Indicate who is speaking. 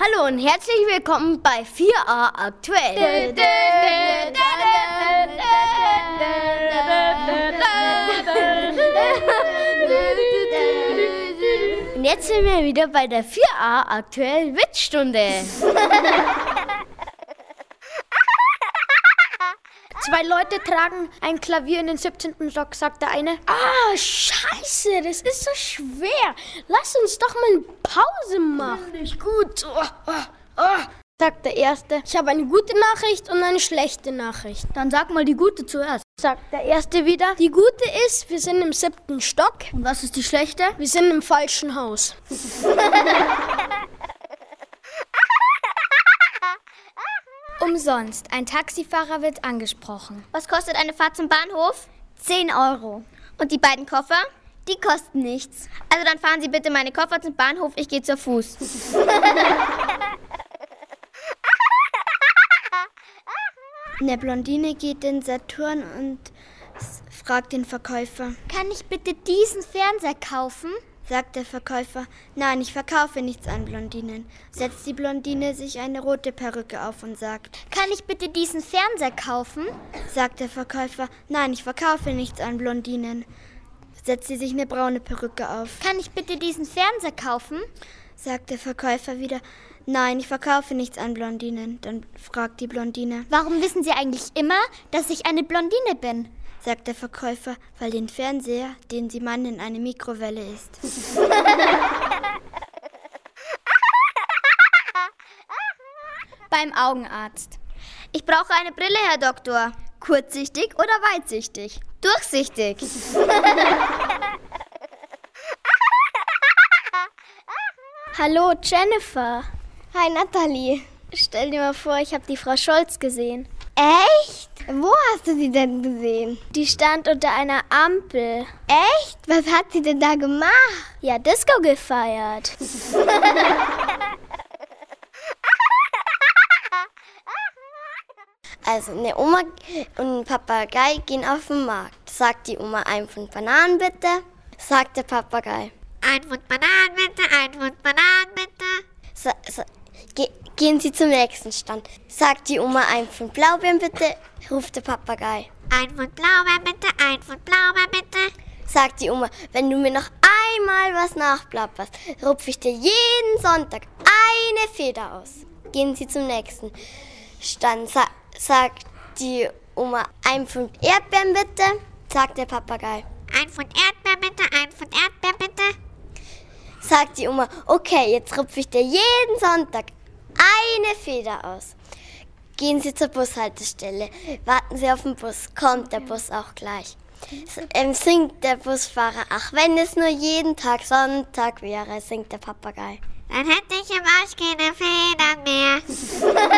Speaker 1: Hallo und herzlich willkommen bei 4a aktuell. Und jetzt sind wir wieder bei der 4a aktuell Witzstunde.
Speaker 2: Zwei Leute tragen ein Klavier in den 17. Stock, sagt der eine.
Speaker 3: Ah, scheiße, das ist so schwer. Lass uns doch mal eine Pause machen.
Speaker 4: Nicht gut. Oh, oh, oh,
Speaker 3: sagt der erste. Ich habe eine gute Nachricht und eine schlechte Nachricht.
Speaker 1: Dann sag mal die gute zuerst.
Speaker 3: Sagt der erste wieder. Die gute ist, wir sind im siebten Stock.
Speaker 1: Und was ist die schlechte?
Speaker 3: Wir sind im falschen Haus.
Speaker 5: Umsonst. Ein Taxifahrer wird angesprochen.
Speaker 6: Was kostet eine Fahrt zum Bahnhof?
Speaker 7: 10 Euro.
Speaker 6: Und die beiden Koffer?
Speaker 7: Die kosten nichts.
Speaker 6: Also dann fahren Sie bitte meine Koffer zum Bahnhof, ich gehe zu Fuß.
Speaker 7: Eine Blondine geht in Saturn und fragt den Verkäufer.
Speaker 5: Kann ich bitte diesen Fernseher kaufen?
Speaker 7: sagt der Verkäufer. Nein, ich verkaufe nichts an Blondinen. Setzt die Blondine sich eine rote Perücke auf und sagt.
Speaker 5: Kann ich bitte diesen Fernseher kaufen?
Speaker 7: sagt der Verkäufer. Nein, ich verkaufe nichts an Blondinen. Setzt sie sich eine braune Perücke auf.
Speaker 5: Kann ich bitte diesen Fernseher kaufen?
Speaker 7: sagt der Verkäufer wieder. Nein, ich verkaufe nichts an Blondinen. Dann fragt die Blondine.
Speaker 5: Warum wissen Sie eigentlich immer, dass ich eine Blondine bin?
Speaker 7: sagt der Verkäufer, weil den Fernseher, den sie meinen, eine Mikrowelle ist.
Speaker 5: Beim Augenarzt.
Speaker 6: Ich brauche eine Brille, Herr Doktor.
Speaker 7: Kurzsichtig oder weitsichtig?
Speaker 6: Durchsichtig.
Speaker 8: Hallo, Jennifer.
Speaker 9: Hi, Natalie.
Speaker 8: Stell dir mal vor, ich habe die Frau Scholz gesehen.
Speaker 9: Echt? Wo hast du sie denn gesehen?
Speaker 8: Die stand unter einer Ampel.
Speaker 9: Echt? Was hat sie denn da gemacht?
Speaker 8: Ja, Disco gefeiert.
Speaker 9: Also, eine Oma und ein Papagei gehen auf den Markt. Sagt die Oma, ein Pfund Bananen bitte. Sagt der Papagei.
Speaker 10: Ein Pfund Bananen bitte, ein Pfund Bananen bitte.
Speaker 9: So, so. Ge gehen Sie zum nächsten Stand. Sagt die Oma ein Pfund Blaubeeren bitte, ruft der Papagei.
Speaker 10: Ein Pfund Blaubeeren bitte, ein Pfund Blaubeeren bitte.
Speaker 9: Sagt die Oma, wenn du mir noch einmal was nachplapperst, rupfe ich dir jeden Sonntag eine Feder aus. Gehen Sie zum nächsten Stand. Sa sagt die Oma ein Pfund Erdbeeren bitte, sagt der Papagei.
Speaker 10: Ein Pfund Erdbeeren bitte, ein Pfund Erdbeeren bitte.
Speaker 9: Sagt die Oma, okay, jetzt rupfe ich dir jeden Sonntag eine Feder aus. Gehen Sie zur Bushaltestelle, warten Sie auf den Bus, kommt der Bus auch gleich. Ähm, singt der Busfahrer, ach, wenn es nur jeden Tag Sonntag wäre, singt der Papagei.
Speaker 10: Dann hätte ich im Arsch keine Federn mehr.